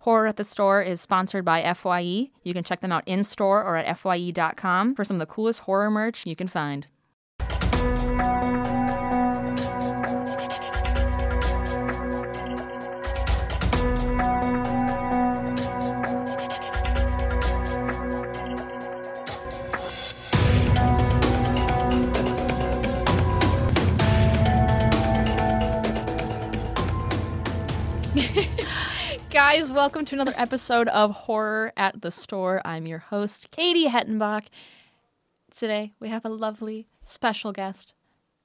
Horror at the Store is sponsored by FYE. You can check them out in store or at FYE.com for some of the coolest horror merch you can find. Guys, welcome to another episode of Horror at the Store. I'm your host, Katie Hettenbach. Today, we have a lovely special guest.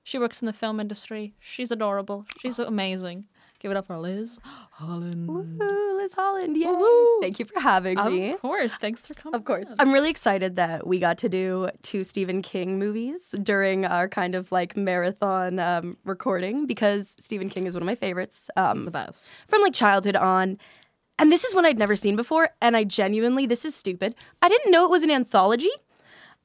She works in the film industry. She's adorable. She's amazing. Give it up for Liz Holland. Woo, Liz Holland. Yay. Woo-woo. Thank you for having me. Of course. Thanks for coming. Of course. on. I'm really excited that we got to do two Stephen King movies during our kind of like marathon um, recording because Stephen King is one of my favorites It's the um, best. from like childhood on. And this is one I'd never seen before. And I genuinely, this is stupid. I didn't know it was an anthology.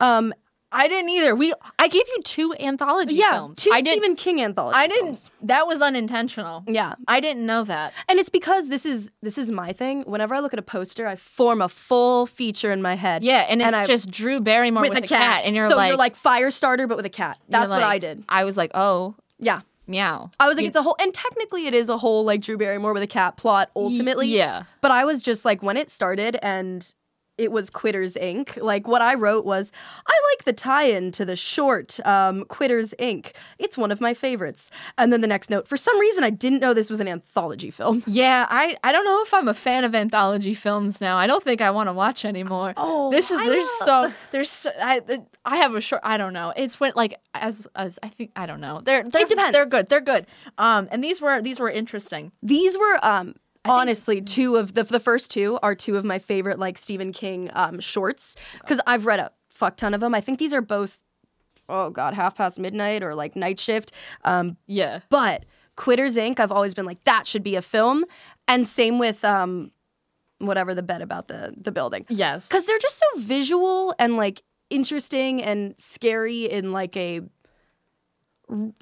Um, I didn't either. We I gave you two anthology yeah, films. two I didn't. Stephen King anthology. I didn't. films. That was unintentional. Yeah. I didn't know that. And it's because this is this is my thing. Whenever I look at a poster, I form a full feature in my head. Yeah, and it's I- just Drew Barrymore with, with, a cat. and you're so like, you're like Firestarter, but with a cat. you're That's what I like- did. I was like, oh, Yeah, meow. I was like, it's a whole, and technically it is a whole like Drew Barrymore with a cat plot ultimately. yeah. but I was just like when it started and. It was Quitters Inc. Like what I wrote was, I like the tie-in to the short um, Quitters Inc. It's one of my favorites. And then the next note, for some reason, I didn't know this was an anthology film. Yeah, I, I don't know if I'm a fan of anthology films now. I don't think I want to watch anymore. Oh, this is I there's know. so there's so, I I have a short I don't know. It's when like as as I think I don't know. They're, they're depends. They're good. They're good. Um, and these were these were interesting. These were um honestly two of the the first two are two of my favorite like Stephen King um shorts because I've read a fuck ton of them. I think these are both oh god half past midnight or like night shift. Um, Yeah, but Quitters Inc. I've always been like that should be a film, and same with um whatever the bet about the the building yes, because they're just so visual and like interesting and scary in like a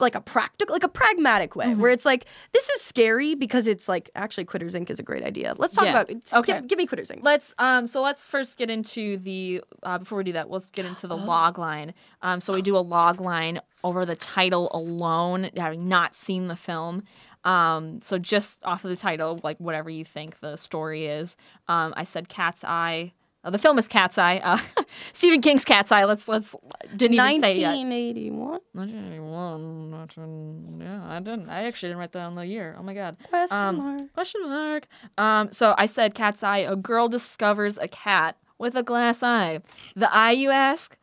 like a practical like a pragmatic way Mm-hmm. where it's like this is scary because it's like actually quitters inc is a great idea let's talk Yeah. about it Okay. give, give me quitters inc Let's um so let's first get into the uh, before we do that, let's get into the log line. Um so we do a log line over the title alone, having not seen the film. Um so just off of the title, like whatever you think the story is. Um I said Cat's Eye. Uh, the film is Cat's Eye. Uh, Stephen King's Cat's Eye. Let's let's didn't even say yet. 1981 1981, 19 Yeah, I didn't. I actually didn't write that on the year. Oh my god. question Um, mark Question mark. Um, so I said cat's eye. A girl discovers a cat with a glass eye. The eye, you ask,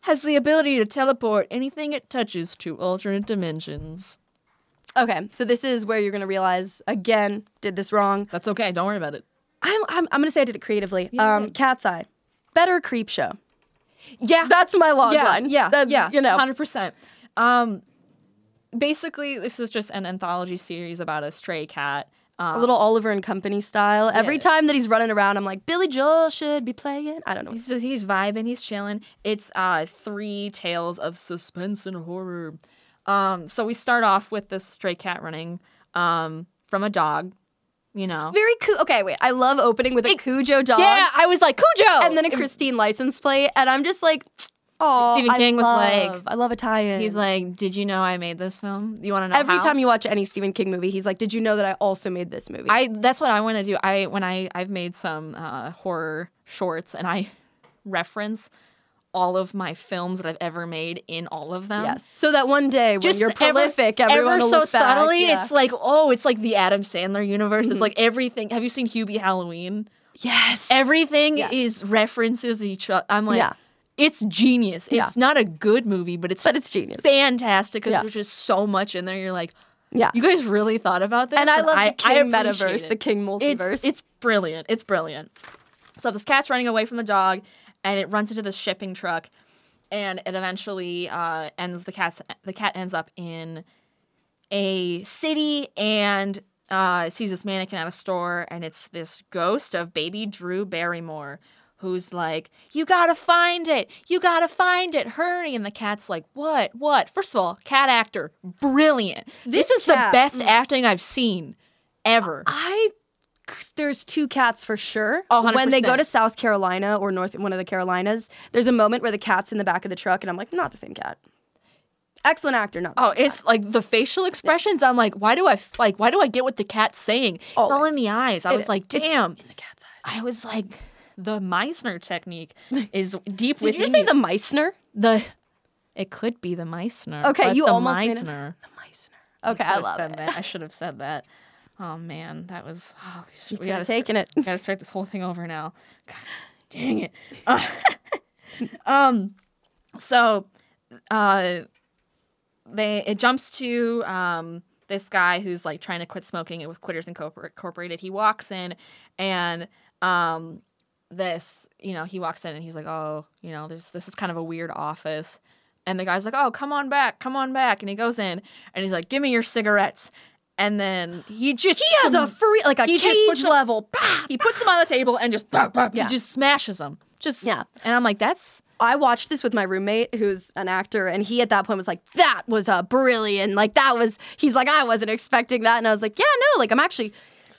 has the ability to teleport anything it touches to alternate dimensions. okay so this is where you're gonna realize again did this wrong That's okay. Don't worry about it. i'm i'm, I'm gonna say i did it creatively Yeah. um cat's eye better creep show Yeah. that's my log yeah, line Yeah, that's, yeah, you know hundred percent. Um, basically, this is just an anthology series about a stray cat. Um, a little Oliver and Company style. Every Yeah. time that he's running around, I'm like, Billy Joel should be playing. I don't know. He's just he's vibing, he's chilling. It's uh three tales of suspense and horror. Um so we start off with this stray cat running um from a dog, you know. Very cool. Okay, wait. I love opening with a Cujo dog Yeah, I was like Cujo. and then a Christine license plate, and I'm just like, oh, Stephen King was like- I love a tie-in. he's like, "Uh-huh." "Did you know I made this film? You want to know every how?" time you watch any Stephen King movie, he's like, did you know that I also made this movie? I that's what I want to do. I when I I've made some uh, horror shorts and I reference all of my films that I've ever made in all of them. yes. So that one day when you're ever- prolific, everyone ever will so look back. subtly. Yeah. Mm-hmm. It's like oh, it's like the Adam Sandler universe. It's like everything. Have you seen Hubie Halloween? yes. Everything Yes. is references each other. I'm like, Yeah. it's genius. It's Yeah. not a good movie, but it's but it's genius. fantastic because Yeah. there's just so much in there. You're like, Yeah. you guys really thought about this. And I love the King appreciate metaverse, it. the King multiverse. It's, it's brilliant. It's brilliant. So this cat's running away from the dog, and it runs into this shipping truck, and it eventually uh, ends. The cat's the cat ends up in a city and uh, sees this mannequin at a store, and it's this ghost of baby Drew Barrymore. Who's like, you gotta find it, you gotta find it, hurry. And the cat's like, what, what? First of all, cat actor, brilliant. This, This is cat- mm. the best acting I've seen ever. I there's two cats for sure. Oh, When they go 100%. to South Carolina or North one of the Carolinas, there's a moment where the cat's in the back of the truck, and I'm like, not the same cat. Excellent actor, not. Oh, it's like the facial expressions. I'm like, why do I f- like? Why do I get what the cat's saying? It's all Always. in the eyes. I It was is. like, It's damn. in the cat's eyes. I was like, the Meisner technique is deep Did within you just say the Meissner? the. It could be the Meissner. Okay, but you the almost made it. Meissner. The Meissner. Okay, I I love said it. that. I should have said that. Oh man, that was. Oh, we sh- we Could have gotta start- taken it. we gotta start this whole thing over now. God, dang it. Uh, um, so, uh, they it jumps to um this guy who's like trying to quit smoking with Quitters Incorpor- Incorporated. He walks in, and um, this you know he walks in and he's like, oh, you know, there's this is kind of a weird office. And the guy's like, "Oh, come on back, come on back!" And he goes in, and he's like, "Give me your cigarettes." And then he just He has a free, like a He just puts cage them- level. he puts them on the table and just bah, bah, Yeah. he just smashes them. Just Yeah. And I'm like, that's I watched this with my roommate, who's an actor, and he at that point was like, "That was a brilliant, like that was." He's like, "I wasn't expecting that," and I was like, "Yeah, no, like I'm actually,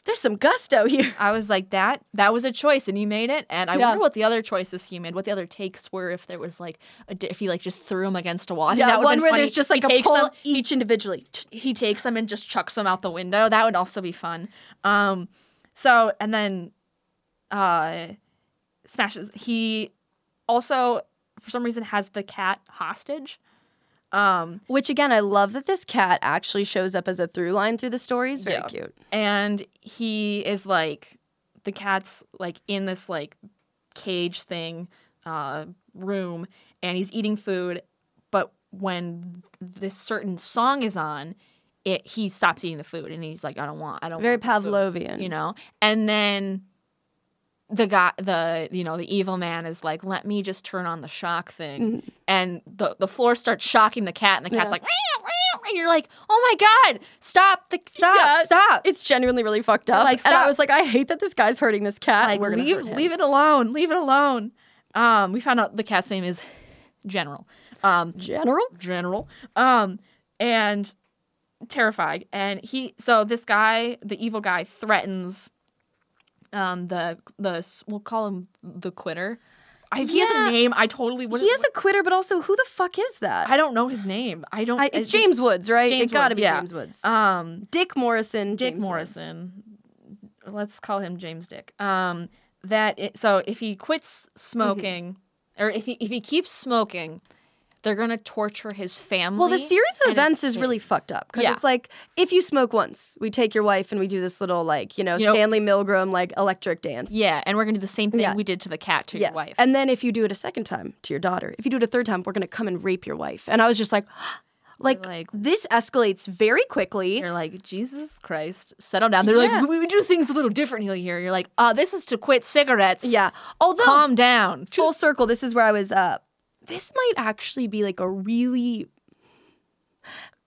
there's some gusto here." I was like that that was a choice and he made it. And I Yeah. wonder what the other choices he made, what the other takes were. If there was like a di- if he like just threw them against a wall. I think Yeah, that would've one been where funny. there's just He like a takes pull e them- each individually. he takes them and just chucks them out the window. That would also be fun. Um, so and then uh, smashes. He also for some reason has the cat hostage. Um, Which again, I love that this cat actually shows up as a through line through the stories. Very Yeah. cute. and he is like the cat's like in this like cage thing uh room and he's eating food but when this certain song is on it he stops eating the food and he's like i don't want i don't Very want the food," Pavlovian. you know and then the guy the you know the evil man is like let me just turn on the shock thing and the the floor starts shocking the cat and the cat's Mm-hmm. Yeah. like "Meow, meow," and you're like oh my god stop the stop Yeah. stop It's genuinely really fucked up. Like, and I stop. was like, I hate that this guy's hurting this cat. like We're gonna leave hurt him. leave it alone leave it alone um we found out the cat's name is general um General. general um and terrified and he so this guy the evil guy threatens um the the we'll call him the quitter I, he has Yeah. a name i totally what He is a quitter, but also, who the fuck is that? i don't know his name i don't I, it's James Woods, right? James it gotta Woods, be yeah. James Woods. um Dick Morrison. Dick James Woods. Morrison. Let's call him James Dick. Um, that i so if he quits smoking, Mm-hmm. or if he if he keeps smoking, they're gonna torture his family. Well, the series of and his events is really kids. fucked up because Yeah. it's like if you smoke once, we take your wife and we do this little like you know You know- Stanley Milgram like electric dance. Yeah, and we're gonna do the same thing Yeah. we did to the cat to Yes. your wife. And then if you do it a second time to your daughter, if you do it a third time, we're gonna come and rape your wife. And I was just like, like, like- this escalates very quickly. You're like Jesus Christ, settle down. They're Yeah. like we, we do things a little differently here. You're like, uh, this is to quit cigarettes. Yeah. Although calm down. full circle, this is where I was. Uh, this might actually be like a really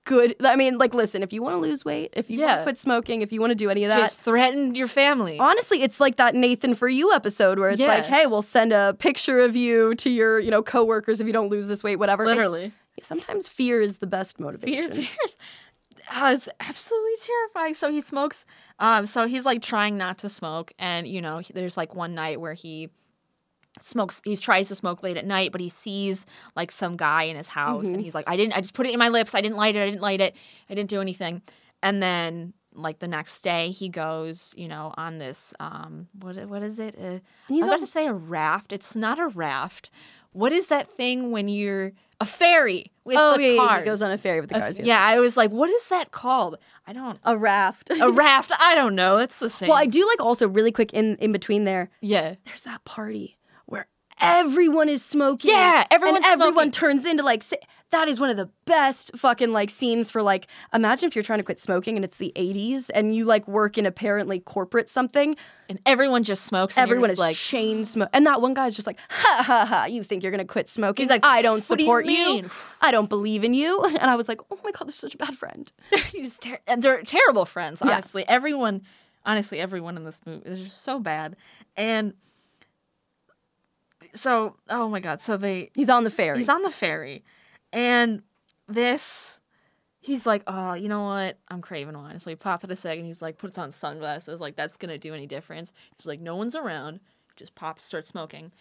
good. I mean, like, listen, if you want to lose weight, if you want Yeah. to quit smoking, if you want to do any of that, Just threaten your family. honestly, it's like that Nathan for you episode where it's Yeah. like, hey, we'll send a picture of you to your, you know, coworkers if you don't lose this weight, whatever. It's- Literally. sometimes fear is the best fear motivation. fears. Uh, it's absolutely terrifying. So he smokes. Um, so he's like trying not to smoke, and you know, he- there's like one night where he smokes. He tries to smoke late at night, but he sees like some guy in his house, Mm-hmm. and he's like, "I didn't. I just put it in my lips. I didn't light it. I didn't light it. I didn't do anything." And then like the next day, he goes, you know, on this um, what what is it? Uh, I was He's about on- to say a raft. It's not a raft. What is that thing when you're a ferry with Oh, the yeah, yeah, cars? he goes on a ferry with the cars. Yeah, I was like, what is that called? I don't A raft. a raft. I don't know. It's the same. well, I do like also really quick in, in between there, yeah. there's that party where everyone is smoking. Yeah, everyone's and everyone smoking. turns into like si- that is one of the best fucking like scenes for like imagine if you're trying to quit smoking and it's the 80s and you like work in apparently corporate something And everyone just smokes. And Everyone you're is just like, like chain smoke, and that one guy's just like, ha ha ha! You think you're gonna quit smoking? He's like, I don't "What do you support mean?" I don't believe in you. And I was like, oh my god, this is such a bad friend. he's ter- and they're terrible friends. Honestly, everyone, honestly, everyone in this movie is just so bad. And so, oh my god. So they He's on the ferry. he's on the ferry, and this he's like, oh, you know what? I'm craving one. So he pops out a cig and he's like, puts on sunglasses. Like, that's going to do any difference. He's like, no one's around. Just pops, starts smoking.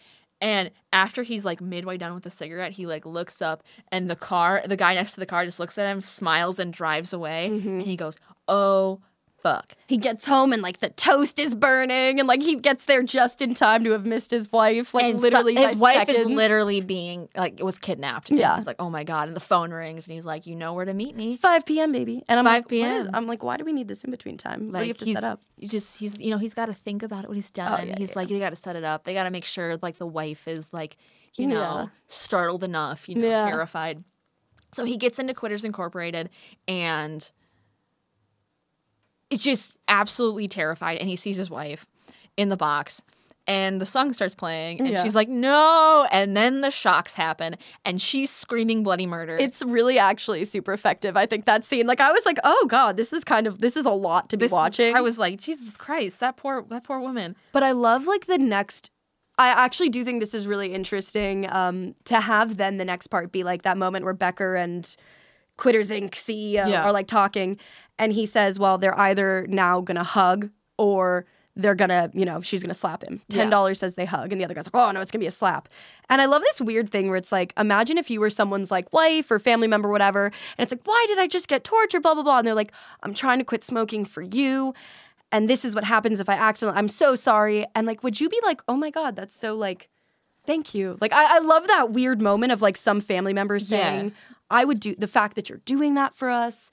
And after he's like midway done with the cigarette, he like looks up and the car, the guy next to the car just looks at him, smiles, and drives away. Mm-hmm. And he goes, oh, fuck. He gets home and like the toast is burning, and like he gets there just in time to have missed his wife. Like And so- literally, by his wife is seconds. literally being like, was kidnapped. And Yeah. He's like, oh my God. And the phone rings and he's like, you know where to meet me. 5 p.m. baby, and I'm 5 like, what is- PM. I'm like, why do we need this in between time? what do you have to he's- set up? Oh, you just he's you know he's got to think about it when he's done. yeah, he's yeah. like they got to set it up. They got to make sure like the wife is like you know Yeah. startled enough, you know, Yeah. terrified. So he gets into Quitters Incorporated and it's just absolutely terrified and he sees his wife in the box and the song starts playing and Yeah. she's like no and then the shocks happen and she's screaming bloody murder. It's really actually super effective. I think that scene. Like I was like, oh god, this is kind of this is a lot to be This is- watching. I was like Jesus Christ, that poor that poor woman. But I love like the next. I actually do think this is really interesting um, to have then the next part be like that moment where Becker and Quitters Inc. E CEO Yeah. are like talking, and he says, "Well, they're either now gonna hug or." They're gonna, you know, she's gonna slap him. Yeah. Ten dollars says they hug, and the other guy's like, "Oh no, it's gonna be a slap." And I love this weird thing where it's like, imagine if you were someone's like wife or family member, whatever, and it's like, "Why did I just get tortured?" Blah blah blah, and they're like, "I'm trying to quit smoking for you, and this is what happens if I accidentally, I'm so sorry. And like, would you be like, oh my God, that's so like, thank you. Like, I, I love that weird moment of like some family members Yeah. saying, I would do the fact that you're doing that for us.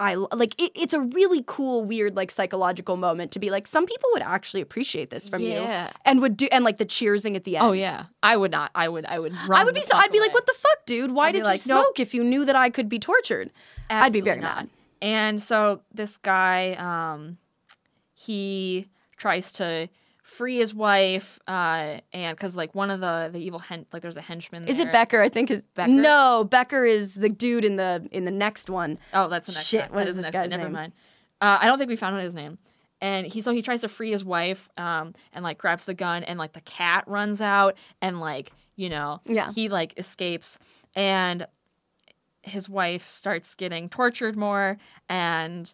I l- like it, it's a really cool, weird, like psychological moment to be like, some people would actually appreciate this from Yeah. you and would do, and like the cheersing at the end. Oh yeah, I would not. I would. I would. Run I would be the so, fuck I'd be like, away. what the fuck, dude? I'd Why be did you like, smoke nope. if you knew that I could be tortured? I'd be Absolutely very not. mad. And so this guy, um, he tries to free his wife, uh, and because like one of the the evil hen like there's a henchman. Is there. it Becker? I think is Becker? No, Becker is the dude in the in the next one. Oh, that's the next. Shit, guy. what That is the next this guy. guy's Never name? mind. Uh, I don't think we found out his name. And he so he tries to free his wife, um, and like grabs the gun, and like the cat runs out, and like you know, Yeah. he like escapes, and his wife starts getting tortured more, and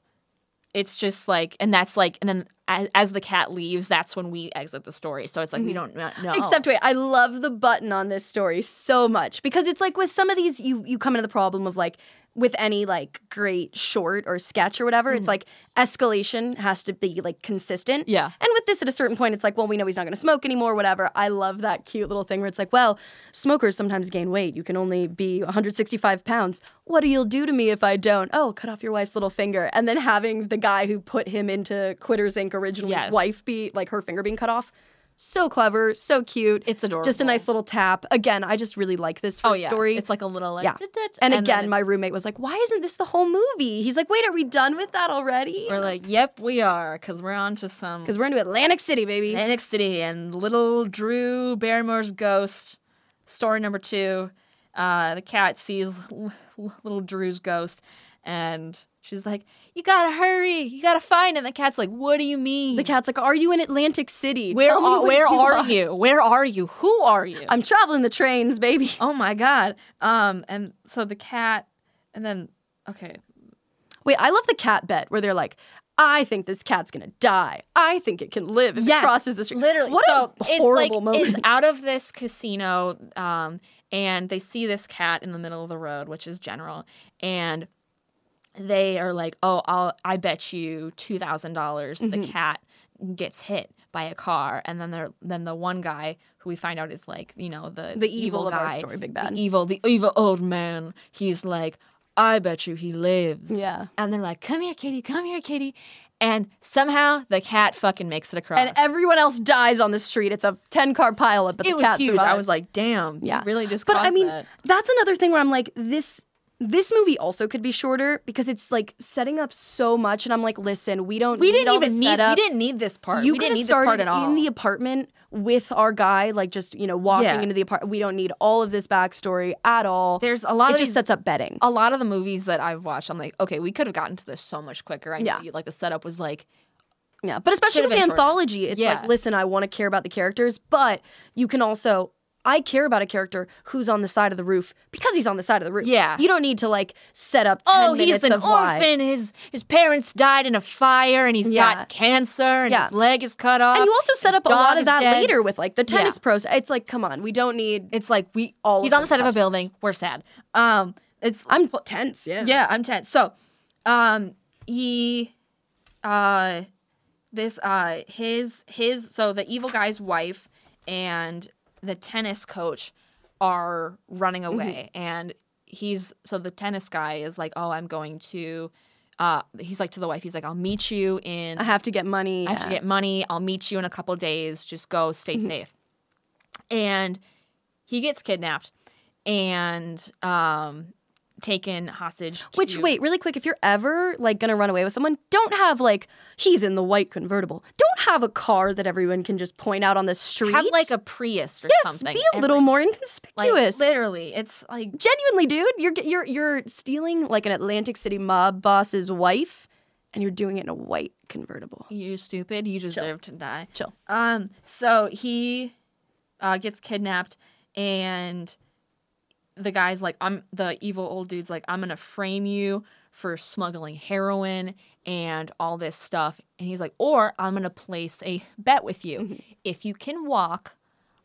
it's just like, and that's like, and then as, as the cat leaves, that's when we exit the story. So it's like we don't kn- know. Mm-hmm. Except wait, I love the button on this story so much because it's like with some of these you you come into the problem of like with any like great short or sketch or whatever, it's like escalation has to be like consistent. Yeah. And with this at a certain point it's like, well, we know he's not going to smoke anymore, whatever. I love that cute little thing where it's like, well, smokers sometimes gain weight. You can only be 165 pounds. What do you do to me if I don't? Oh, cut off your wife's little finger. And then having the guy who put him into Quitters Inc. originally Yes. wife be like her finger being cut off. So clever, so cute. It's adorable. Just a nice little tap. Again, I just really like this for oh a yeah, story. it's like a little like, yeah. "Dit-dit," And, then again, my it's- roommate was like, "Why isn't this the whole movie?" He's like, "Wait, are we done with that already?" we're like, yep, we are, because we're on to some "Cause we're into Atlantic City, baby." Atlantic City and Little Drew Barrymore's Ghost, story number two. Uh, the cat sees l- l- Little Drew's ghost, and she's like, "You gotta hurry! You gotta find him!" The cat's like, "What do you mean? the cat's like, "Are you in Atlantic City? where Tell me are, what where you are you? Where are you? Who are you?" I'm traveling the trains, baby. oh my god! Um, and so the cat, and then okay, Wait, I love the cat bet where they're like, "I think this cat's gonna die. I think it can live if Yes, it crosses the street." Literally, what so a it's like horrible moment. it's out of this casino, um, and they see this cat in the middle of the road, which is General, and they are like, "Oh, I'll I bet you two thousand dollars the Mm-hmm. cat gets hit by a car," and then there then the one guy who we find out is like you know the The evil of our guy, story, Big the Bad. evil the evil old man. He's like, "I bet you he lives." Yeah. and they're like, "Come here, kitty. Come here, kitty." And somehow the cat fucking makes it across and everyone else dies on the street. It's a ten car pileup, but the it was cat huge. I survives. was like, damn, Yeah. yeah, really just. But I caused mean, that. that's another thing where I'm like, this this movie also could be shorter because it's like setting up so much, and I'm like, listen, we don't we need didn't all even this need. setup. We didn't need this part. You we could didn't have need this started part at all. in the apartment with our guy, like just you know walking Yeah. into the apartment. We don't need all of this backstory at all. There's a lot it of just these, sets up betting. a lot of the movies that I've watched. I'm like, okay, we could have gotten to this so much quicker. I know Yeah. you like the setup was like, Yeah, but especially Should've with the been shorter. anthology, it's Yeah. like, listen, I want to care about the characters, but you can also I care about a character who's on the side of the roof because he's on the side of the roof. Yeah. You don't need to like set up 10 Oh, he's minutes an of why. orphan. His his parents died in a fire, and he's Yeah. got cancer, and Yeah. his leg is cut off. And you also set up a dog lot is of that dead. later with like the Yeah. tennis pros. It's like, come on, we don't need. It's like we All He's of on the them side of a building. We're sad. Um, it's I'm tense, yeah. yeah, I'm tense. So, um, he, uh, this uh, his his so the evil guy's wife and the tennis coach are running away, and he's so the tennis guy is like, oh, I'm going to. Uh, he's like to the wife. He's like, "I'll meet you in I have to get money. I have to get money. I'll meet you in a couple days. Just go, stay safe. And he gets kidnapped and um, taken hostage. Which to- wait, really quick, if you're ever like gonna run away with someone, don't have like he's in the white convertible. Don't have a car that everyone can just point out on the street. have like a Prius or yes, something. be a and, little more like, inconspicuous. literally, it's like Genuinely, dude, you're ge- you're you're stealing like an Atlantic City mob boss's wife, and you're doing it in a white convertible. you're stupid. You deserve to die. Chill. Um, so he uh, gets kidnapped, and the guy's like, "I'm the evil old dude's like, I'm gonna frame you for smuggling heroin and all this stuff." And he's like, "Or I'm gonna place a bet with you. Mm-hmm. If you can walk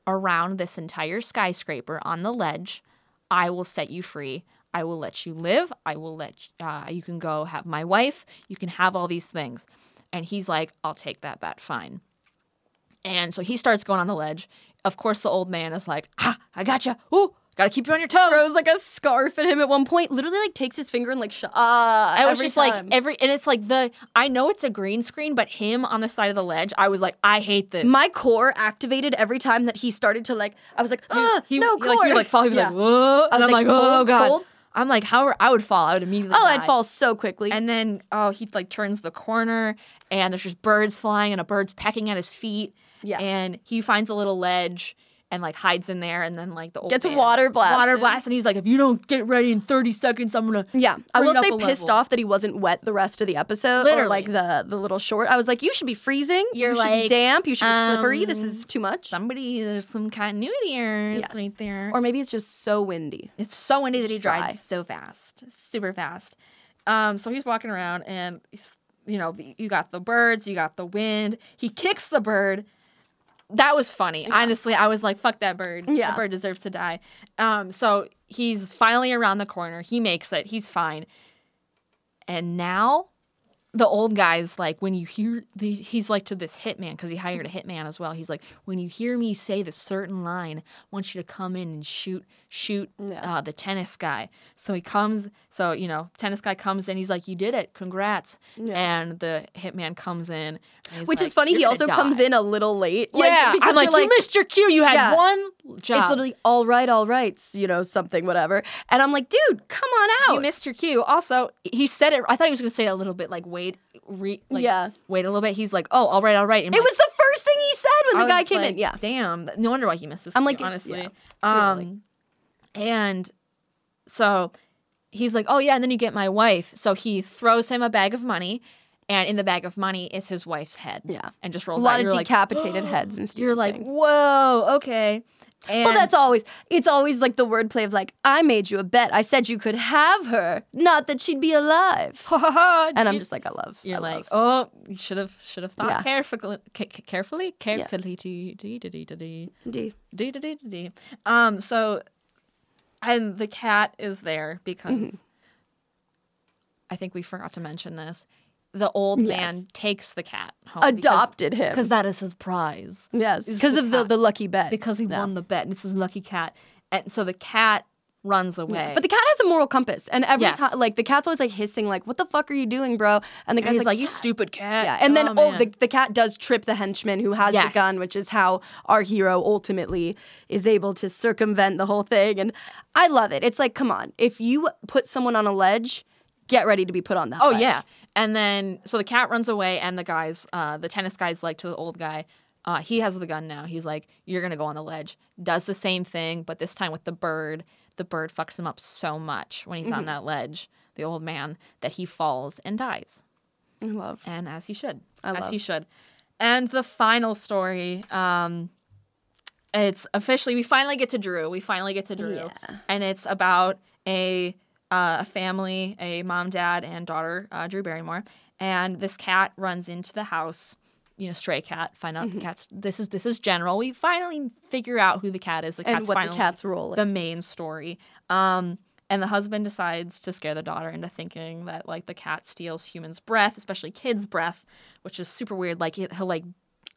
around this entire skyscraper on the ledge, I will set you free." I will let you live. I will let uh, you can go have my wife. You can have all these things, and he's like, "I'll take that bet. Fine." And so he starts going on the ledge. Of course, the old man is like, ah, I gotcha. Ooh, gotta keep you on your toes. Throws like a scarf at him at one point. Literally, like takes his finger and like sh- ah. I was every just time. like, every, and it's like the, I know it's a green screen, but him on the side of the ledge, I was like, I hate this. my core activated every time that he started to like. I was like, ah, he, no he, core. Like, he would like fall, he'd be Yeah. like, whoa. And was I'm like, like, oh, cold, God. cold. I'm like, how are, I would fall. I would immediately Oh, I'd die. fall so quickly. And then, oh, he like turns the corner and there's just birds flying and a bird's pecking at his feet. Yeah. And he finds a little ledge and like hides in there and then like the old Gets man- water blasted. Water blast and he's like, if you don't get ready in 30 seconds, I'm gonna yeah, I bring will it up say a pissed level. off that he wasn't wet the rest of the episode or Literally. like the the little short. I was like, you should be freezing. You're you should be like, damp. You should be slippery. This um, is too much. Somebody, there's some continuity errors Yes. right there. Or maybe it's just so windy. It's so windy that he It's drives dry. so fast, super fast. Um, so he's walking around, and he's, you know, the, you got the birds, you got the wind. He kicks the bird. That was funny. Honestly, I was like, "Fuck that bird! Yeah. The bird deserves to die." Um, so he's finally around the corner. He makes it. He's fine. And now, the old guy's like, when you hear, the, he's like to this hitman because he hired a hitman as well. He's like, when you hear me say the certain line, I want you to come in and shoot, shoot Yeah. uh, the tennis guy. So he comes, so you know, tennis guy comes in. He's like, you did it, congrats. And the hitman comes in, and he's Which is like, funny. "You're He gonna also comes die." in a little late. yeah, because I'm like, you're you missed your cue. You had Yeah. one job. It's literally all right, all right, you know, something, whatever. And I'm like, dude, come on out. You missed your cue. Also, he said it. I thought he was going to say it a little bit like wait, re, like, Yeah. wait a little bit. He's like, oh, all right, all right. And it I'm like, was the first thing he said when the I guy was came in. like, Yeah. Damn. No wonder why he missed this. I'm cue, like, it's- honestly. yeah, um, and so he's like, oh yeah, and then you get my wife. So he throws him a bag of money, and in the bag of money is his wife's head. Yeah. and just A rolls out. lot of You're like, decapitated heads and stuff. you're like, whoa, okay. And Well, that's always it's always like the wordplay of like I made you a bet. I said you could have her, not that she'd be alive. And I'm just like I love. You're I love. like, oh, you should have should have thought Yeah. carefully, ca- ca- carefully, carefully. dee, dee, dee, dee, dee. D. Dee, dee, dee, dee, dee. Um, so, and the cat is there because Mm-hmm. I think we forgot to mention this. The old man takes the cat home adopted because him. 'cause that is his prize Yes, is because the of the cat. the lucky bet. because he Yeah. won the bet and it's his lucky cat, and so the cat runs away. But the cat has a moral compass, and every Yes. time, like the cat's always like hissing, like "What the fuck are you doing, bro?" And the and guy's he's like, like, "You stupid cat!" "Yeah." And then oh, man. the, the cat does trip the henchman who has the Yes. gun, which is how our hero ultimately is able to circumvent the whole thing. And I love it. It's like, come on, if you put someone on a ledge, get ready to be put on that. Oh ledge. yeah, and then so the cat runs away, and the guys, uh, the tennis guys, like to the old guy. Uh, he has the gun now. He's like, "You're gonna go on the ledge." Does the same thing, but this time with the bird. The bird fucks him up so much when he's on that ledge, the old man, that he falls and dies, I love. and as he should, I as love. he should. And the final story, um, it's officially we finally get to Drew. We finally get to Drew, Yeah. and it's about a uh, a family, a mom, dad, and daughter, uh, Drew Barrymore, and this cat runs into the house. You know, stray cat. Find Mm-hmm. out the cat's. This is this is general. We finally figure out who the cat is. The cat's and what finally the cat's role is. the main story. Um, and the husband decides to scare the daughter into thinking that like the cat steals humans' breath, especially kids' breath, which is super weird. Like it, he'll like,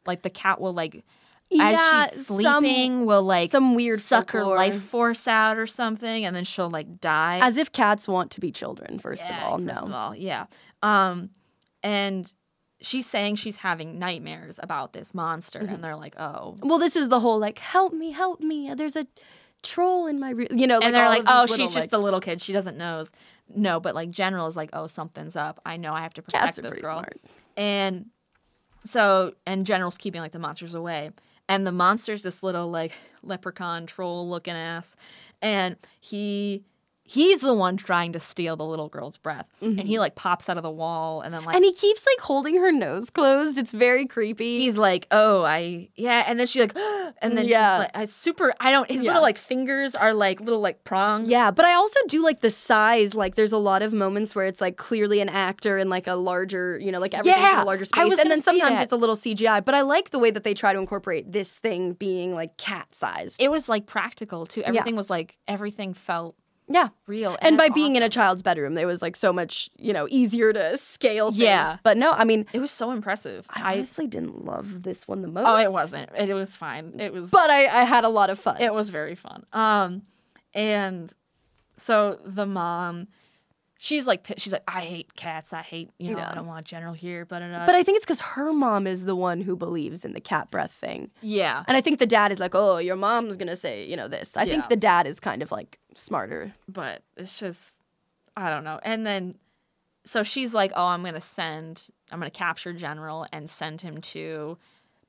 like the cat will like, Yeah, as she's some- sleeping, will like some weird suck her folklore. life force out or something, and then she'll like die. As if cats want to be children, first Yeah, of all. first no. of all, yeah. Um, and she's saying she's having nightmares about this monster, Mm-hmm. and they're like, oh, Well, this is the whole like, help me, help me. uh, There's a troll in my room. You know, and they're all like, of "Oh, these she's little, just a little kid. She doesn't knows." No, but like General is like, "Oh, something's up. I know I have to protect cats are this pretty girl." smart. And so, and General's keeping like the monsters away, and the monster's this little like leprechaun troll looking ass, and he. He's the one trying to steal the little girl's breath, and Mm-hmm. he like pops out of the wall, and then like And he keeps like holding her nose closed. It's very creepy. he's like, "Oh, I yeah," and then she like, and then yeah, Yeah. like, I super. I don't. His Yeah. little like fingers are like little like prongs. yeah, but I also do like the size. Like, there's a lot of moments where it's like clearly an actor in like a larger, you know, like everything's in Yeah, a I larger space. was and gonna then say sometimes that. it's a little CGI. But I like the way that they try to incorporate this thing being like cat sized. it was like practical too. Everything was like everything felt Yeah. real. And by being in a child's bedroom, it was like so much, you know, easier to scale things. Yeah. But no, I mean, it was so impressive. I I, honestly didn't love this one the most. oh, it wasn't. It, was fine. It was. But I, I had a lot of fun. it was very fun. Um, and so the mom, she's like pi- she's like I hate cats. I hate you know I Yeah. don't want General here. But uh, but I think it's because her mom is the one who believes in the cat breath thing. yeah. And I think the dad is like, oh, your mom's going to say, you know, this. I Yeah. think the dad is kind of like smarter. But it's just I don't know. And then so she's like oh I'm gonna send I'm gonna capture General and send him to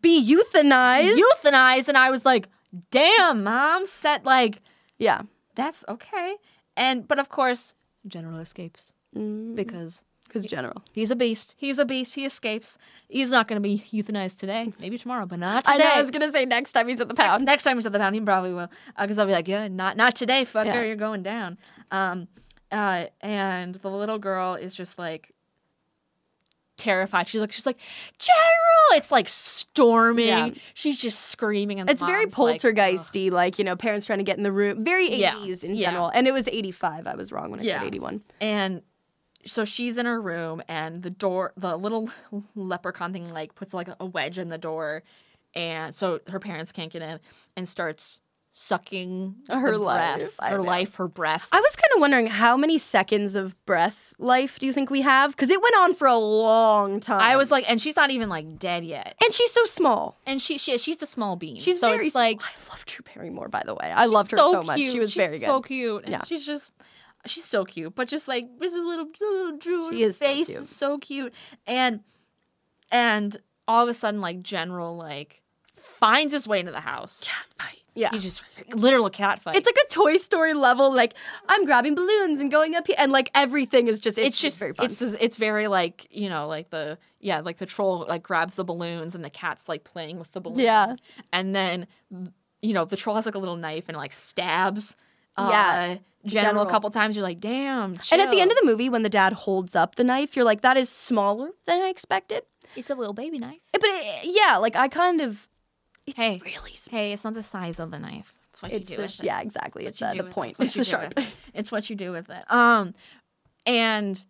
Be euthanized. euthanize. And I was like damn mom set like. yeah. That's okay. And but of course, General escapes because Because Mm, general. he's a beast. He's a beast. He escapes. He's not going to be euthanized today. Maybe tomorrow, but not today. I know. I was going to say next time he's at the pound. Next time he's at the pound, he probably will, because I'll be like, yeah, not not today, fucker. Yeah. You're going down. Um, uh, and the little girl is just like terrified. She's like, she's like, General. It's like storming. Yeah. She's just screaming. And the It's very mom's like, "Ugh." poltergeisty, like, you know, parents trying to get in the room. Very 80s Yeah. in Yeah. general. And it was 85. I was wrong when I Yeah. said 81. And so she's in her room, and the door, the little leprechaun thing, like puts like a wedge in the door, and so her parents can't get in, and starts sucking Her the breath, life, I her know. life, her breath. I was kind of wondering how many seconds of breath life do you think we have? Because it went on for a long time. I was like, and she's not even like dead yet, and she's so small. and she, she she's a small bean. She's so very it's like small. I love Drew Barrymore, by the way. I loved her so, so, much. Cute. She was she's very good. So cute. And Yeah. she's just she's so cute, but just like this is little little Drew. She her is so face cute. is so cute. And and all of a sudden, like General like finds his way into the house. cat fight. Yeah. He just literal cat fight. It's like a Toy Story level. Like I'm grabbing balloons and going up here, and like everything is just. It's, it's just very fun. it's it's very like you know like the yeah like the troll like grabs the balloons and the cat's like playing with the balloons Yeah. and then you know the troll has like a little knife and like stabs uh, Yeah, general, general General. a couple times you're like damn and at the end of the movie, when the dad holds up the knife, you're like, "That is smaller than I expected." Eh, It's a little baby knife. But it, yeah, like I kind of. It's Hey. really small. Hey, it's not the size of the knife. It's what It's you do the with it. yeah, exactly. What It's you uh, do the with it. point. what It's you the do sharp. with it. It's what you do with it. Um, and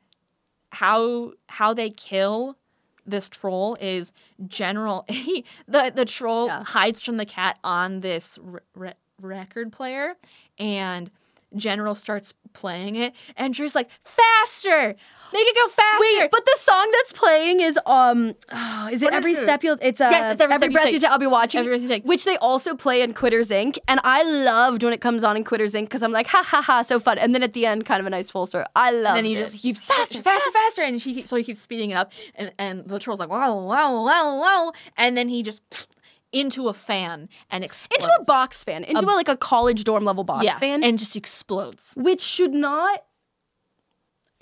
how how they kill this troll is general. He, the the troll Yeah. hides from the cat on this re- re- record player, and general starts playing it, and Drew's like, "Faster! Make it go faster!" Wait, but the song that's playing is um, oh, is it What is every it? step you'll? It's uh, Yes, it's Every Step You breath Take. you take. I'll be watching, Every Breath You Take. which they also play in Quitters Inc. And I loved when it comes on in Quitters Inc. because I'm like, ha ha ha, so fun. And then at the end, kind of a nice full circle. I love. And then he it. just keeps faster, faster, faster, and she keeps, so he keeps speeding it up, and and the troll's like wow, wow, wow, wow, and then he just pfft into a fan and explodes into a box fan, into a, like a college dorm level box yes, fan, and just explodes. which should not.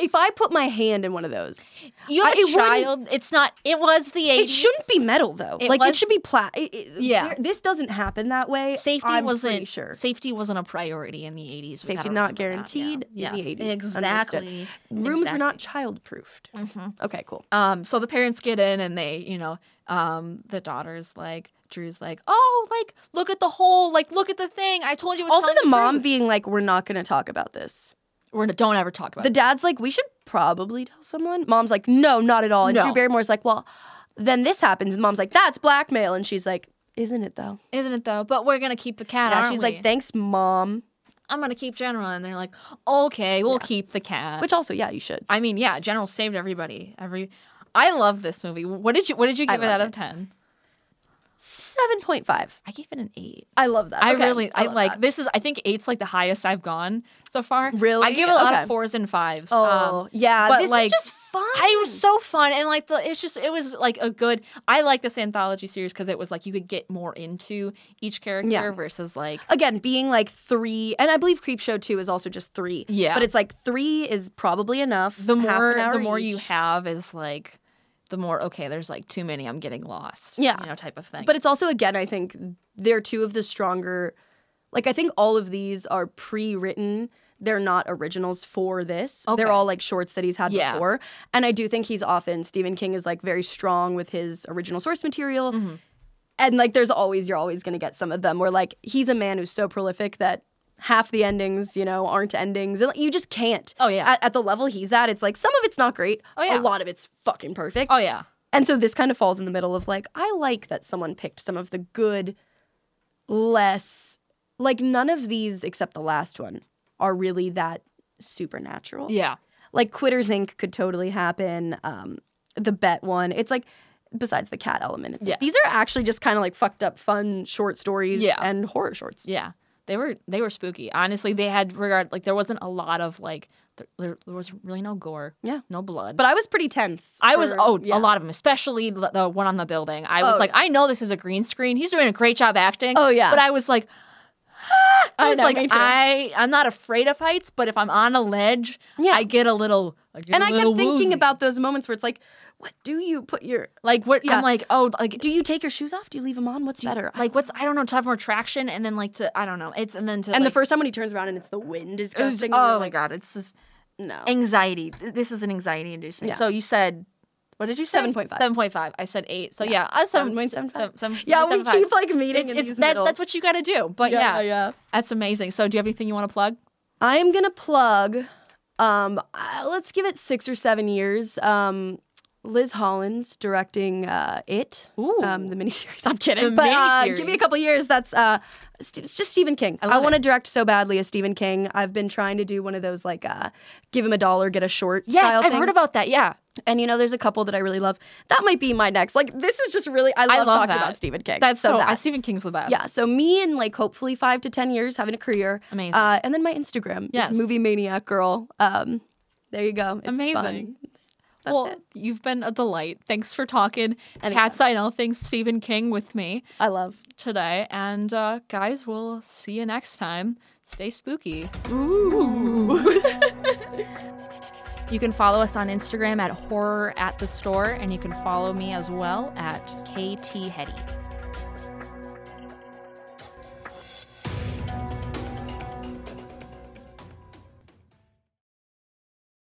If I put my hand in one of those, You have I- it a wouldn't- child. It's not. It was the it age. shouldn't be metal though. It like it was- should be pla- it- it- Yeah. there- this doesn't happen that way. Safety I'm pretty wasn't sure. safety wasn't a priority in the eighties. Safety not guaranteed in the 80s. Exactly. Rooms were not exactly. child proofed. Okay, cool. Um, so the parents get in and they, you know, um, the daughter's like, Drew's like, oh, like look at the hole, like look at the thing. I told you. it was Also, telling the mom truth." being like, "We're not going to talk about this." We're gonna, don't ever talk about The it. dad's like, "We should probably tell someone." Mom's like, "No, not at all." And No. Drew Barrymore's like, "Well, then this happens." And mom's like, "That's blackmail," and she's like, "Isn't it though?" Isn't it though? But we're gonna keep the cat. Yeah, aren't she's we? like, "Thanks, mom." I'm gonna keep General, and they're like, okay, we'll keep the cat. Which also, yeah, you should. I mean, yeah, General saved everybody. Every, I love this movie. What did you What did you I give it out loved of ten? Seven point five. I gave it an eight. I love that. I Okay, really, I, love like that. this is. I think eight's like the highest I've gone so far. I Really? give it a lot Okay. of fours and fives. Oh Um, yeah, but, this like, is just fun. I it was so fun and like the it's just it was like a good. I like this anthology series because it was like you could get more into each character Yeah. versus like again being like three, and I believe Creep Show two is also just three. Yeah. but it's like three is probably enough. the half an more hour the more you each. have is like the more okay. There's like too many. I'm getting lost. Yeah. you know, type of thing. But it's also again, I think they're two of the stronger. Like I think all of these are pre-written. They're not originals for this. They're Okay. all like shorts that he's had Yeah. before. And I do think he's often Stephen King is like very strong with his original source material. Mm-hmm. And like there's always you're always going to get some of them where like he's a man who's so prolific that half the endings, you know, aren't endings. And like, you just can't. Oh, yeah. At, at the level he's at, it's like some of it's not great. Oh, yeah. A lot of it's fucking perfect. oh yeah, And so this kind of falls in the middle of like, I like that someone picked some of the good, less, like, none of these except the last one are really that supernatural. yeah. Like, Quitters Inc. could totally happen. Um, the bet one. It's like, besides the cat element, it's like, Yeah. these are actually just kind of like fucked up, fun short stories Yeah. and horror shorts. Yeah, they were they were spooky. Honestly, they had regard like there wasn't a lot of like th- there, there was really no gore. Yeah. no blood. But I was pretty tense. I was for- oh yeah. a lot of them, especially the, the one on the building. I was Oh, like, I know this is a green screen. He's doing a great job acting. Oh, yeah. but I was like. I, I was know, like, me too. I I'm not afraid of heights, but if I'm on a ledge, Yeah. I get a little. I get And a I little kept thinking woozy. about those moments where it's like, what do you put your. like what Yeah. I'm like, oh, like Do you take your shoes off? Do you leave them on? What's better? I like what's I don't know to have more traction, and then like to I don't know, it's and then to And like, the first time when he turns around and it's the wind it was- disgusting. oh my god, it's just No. anxiety. Th- This is an anxiety inducing. Yeah. So you said, what did you say? 7.5. 7.5. I said 8. So yeah, I seven- 7.75. seven- seven- yeah, we 7.75. keep like meeting It's, in it's, these that's, middles. that's what you got to do. But yeah, yeah, yeah. that's amazing. So do you have anything you want to plug? I'm gonna plug. Um, uh, let's give it six or seven years. Um, Liz Hollins directing uh, it. Ooh. Um, the miniseries. I'm kidding. The but uh, give me a miniseries. couple years. That's uh, st- it's just Stephen King. I, love want to direct so badly a Stephen King. I've been trying to do one of those like uh, give him a dollar, get a short. Yes, style I've heard things. about that. Yeah. And you know, there's a couple that I really love. That might be my next. Like, this is just really I love love, talking that. about Stephen King. That's so, that- uh, Stephen King's the best. yeah. So me in like hopefully five to ten years having a career. Amazing. Uh, and then my Instagram. is Yes. Movie maniac girl. Um, there you go. It's Amazing. fun. That's well, it. you've been a delight. Thanks for talking Anytime. Cat Signal. Thanks, Stephen King, with me I love. today. And uh, guys, we'll see you next time. Stay spooky. You can follow us on Instagram at horror at the store, and you can follow me as well at KT Hetty.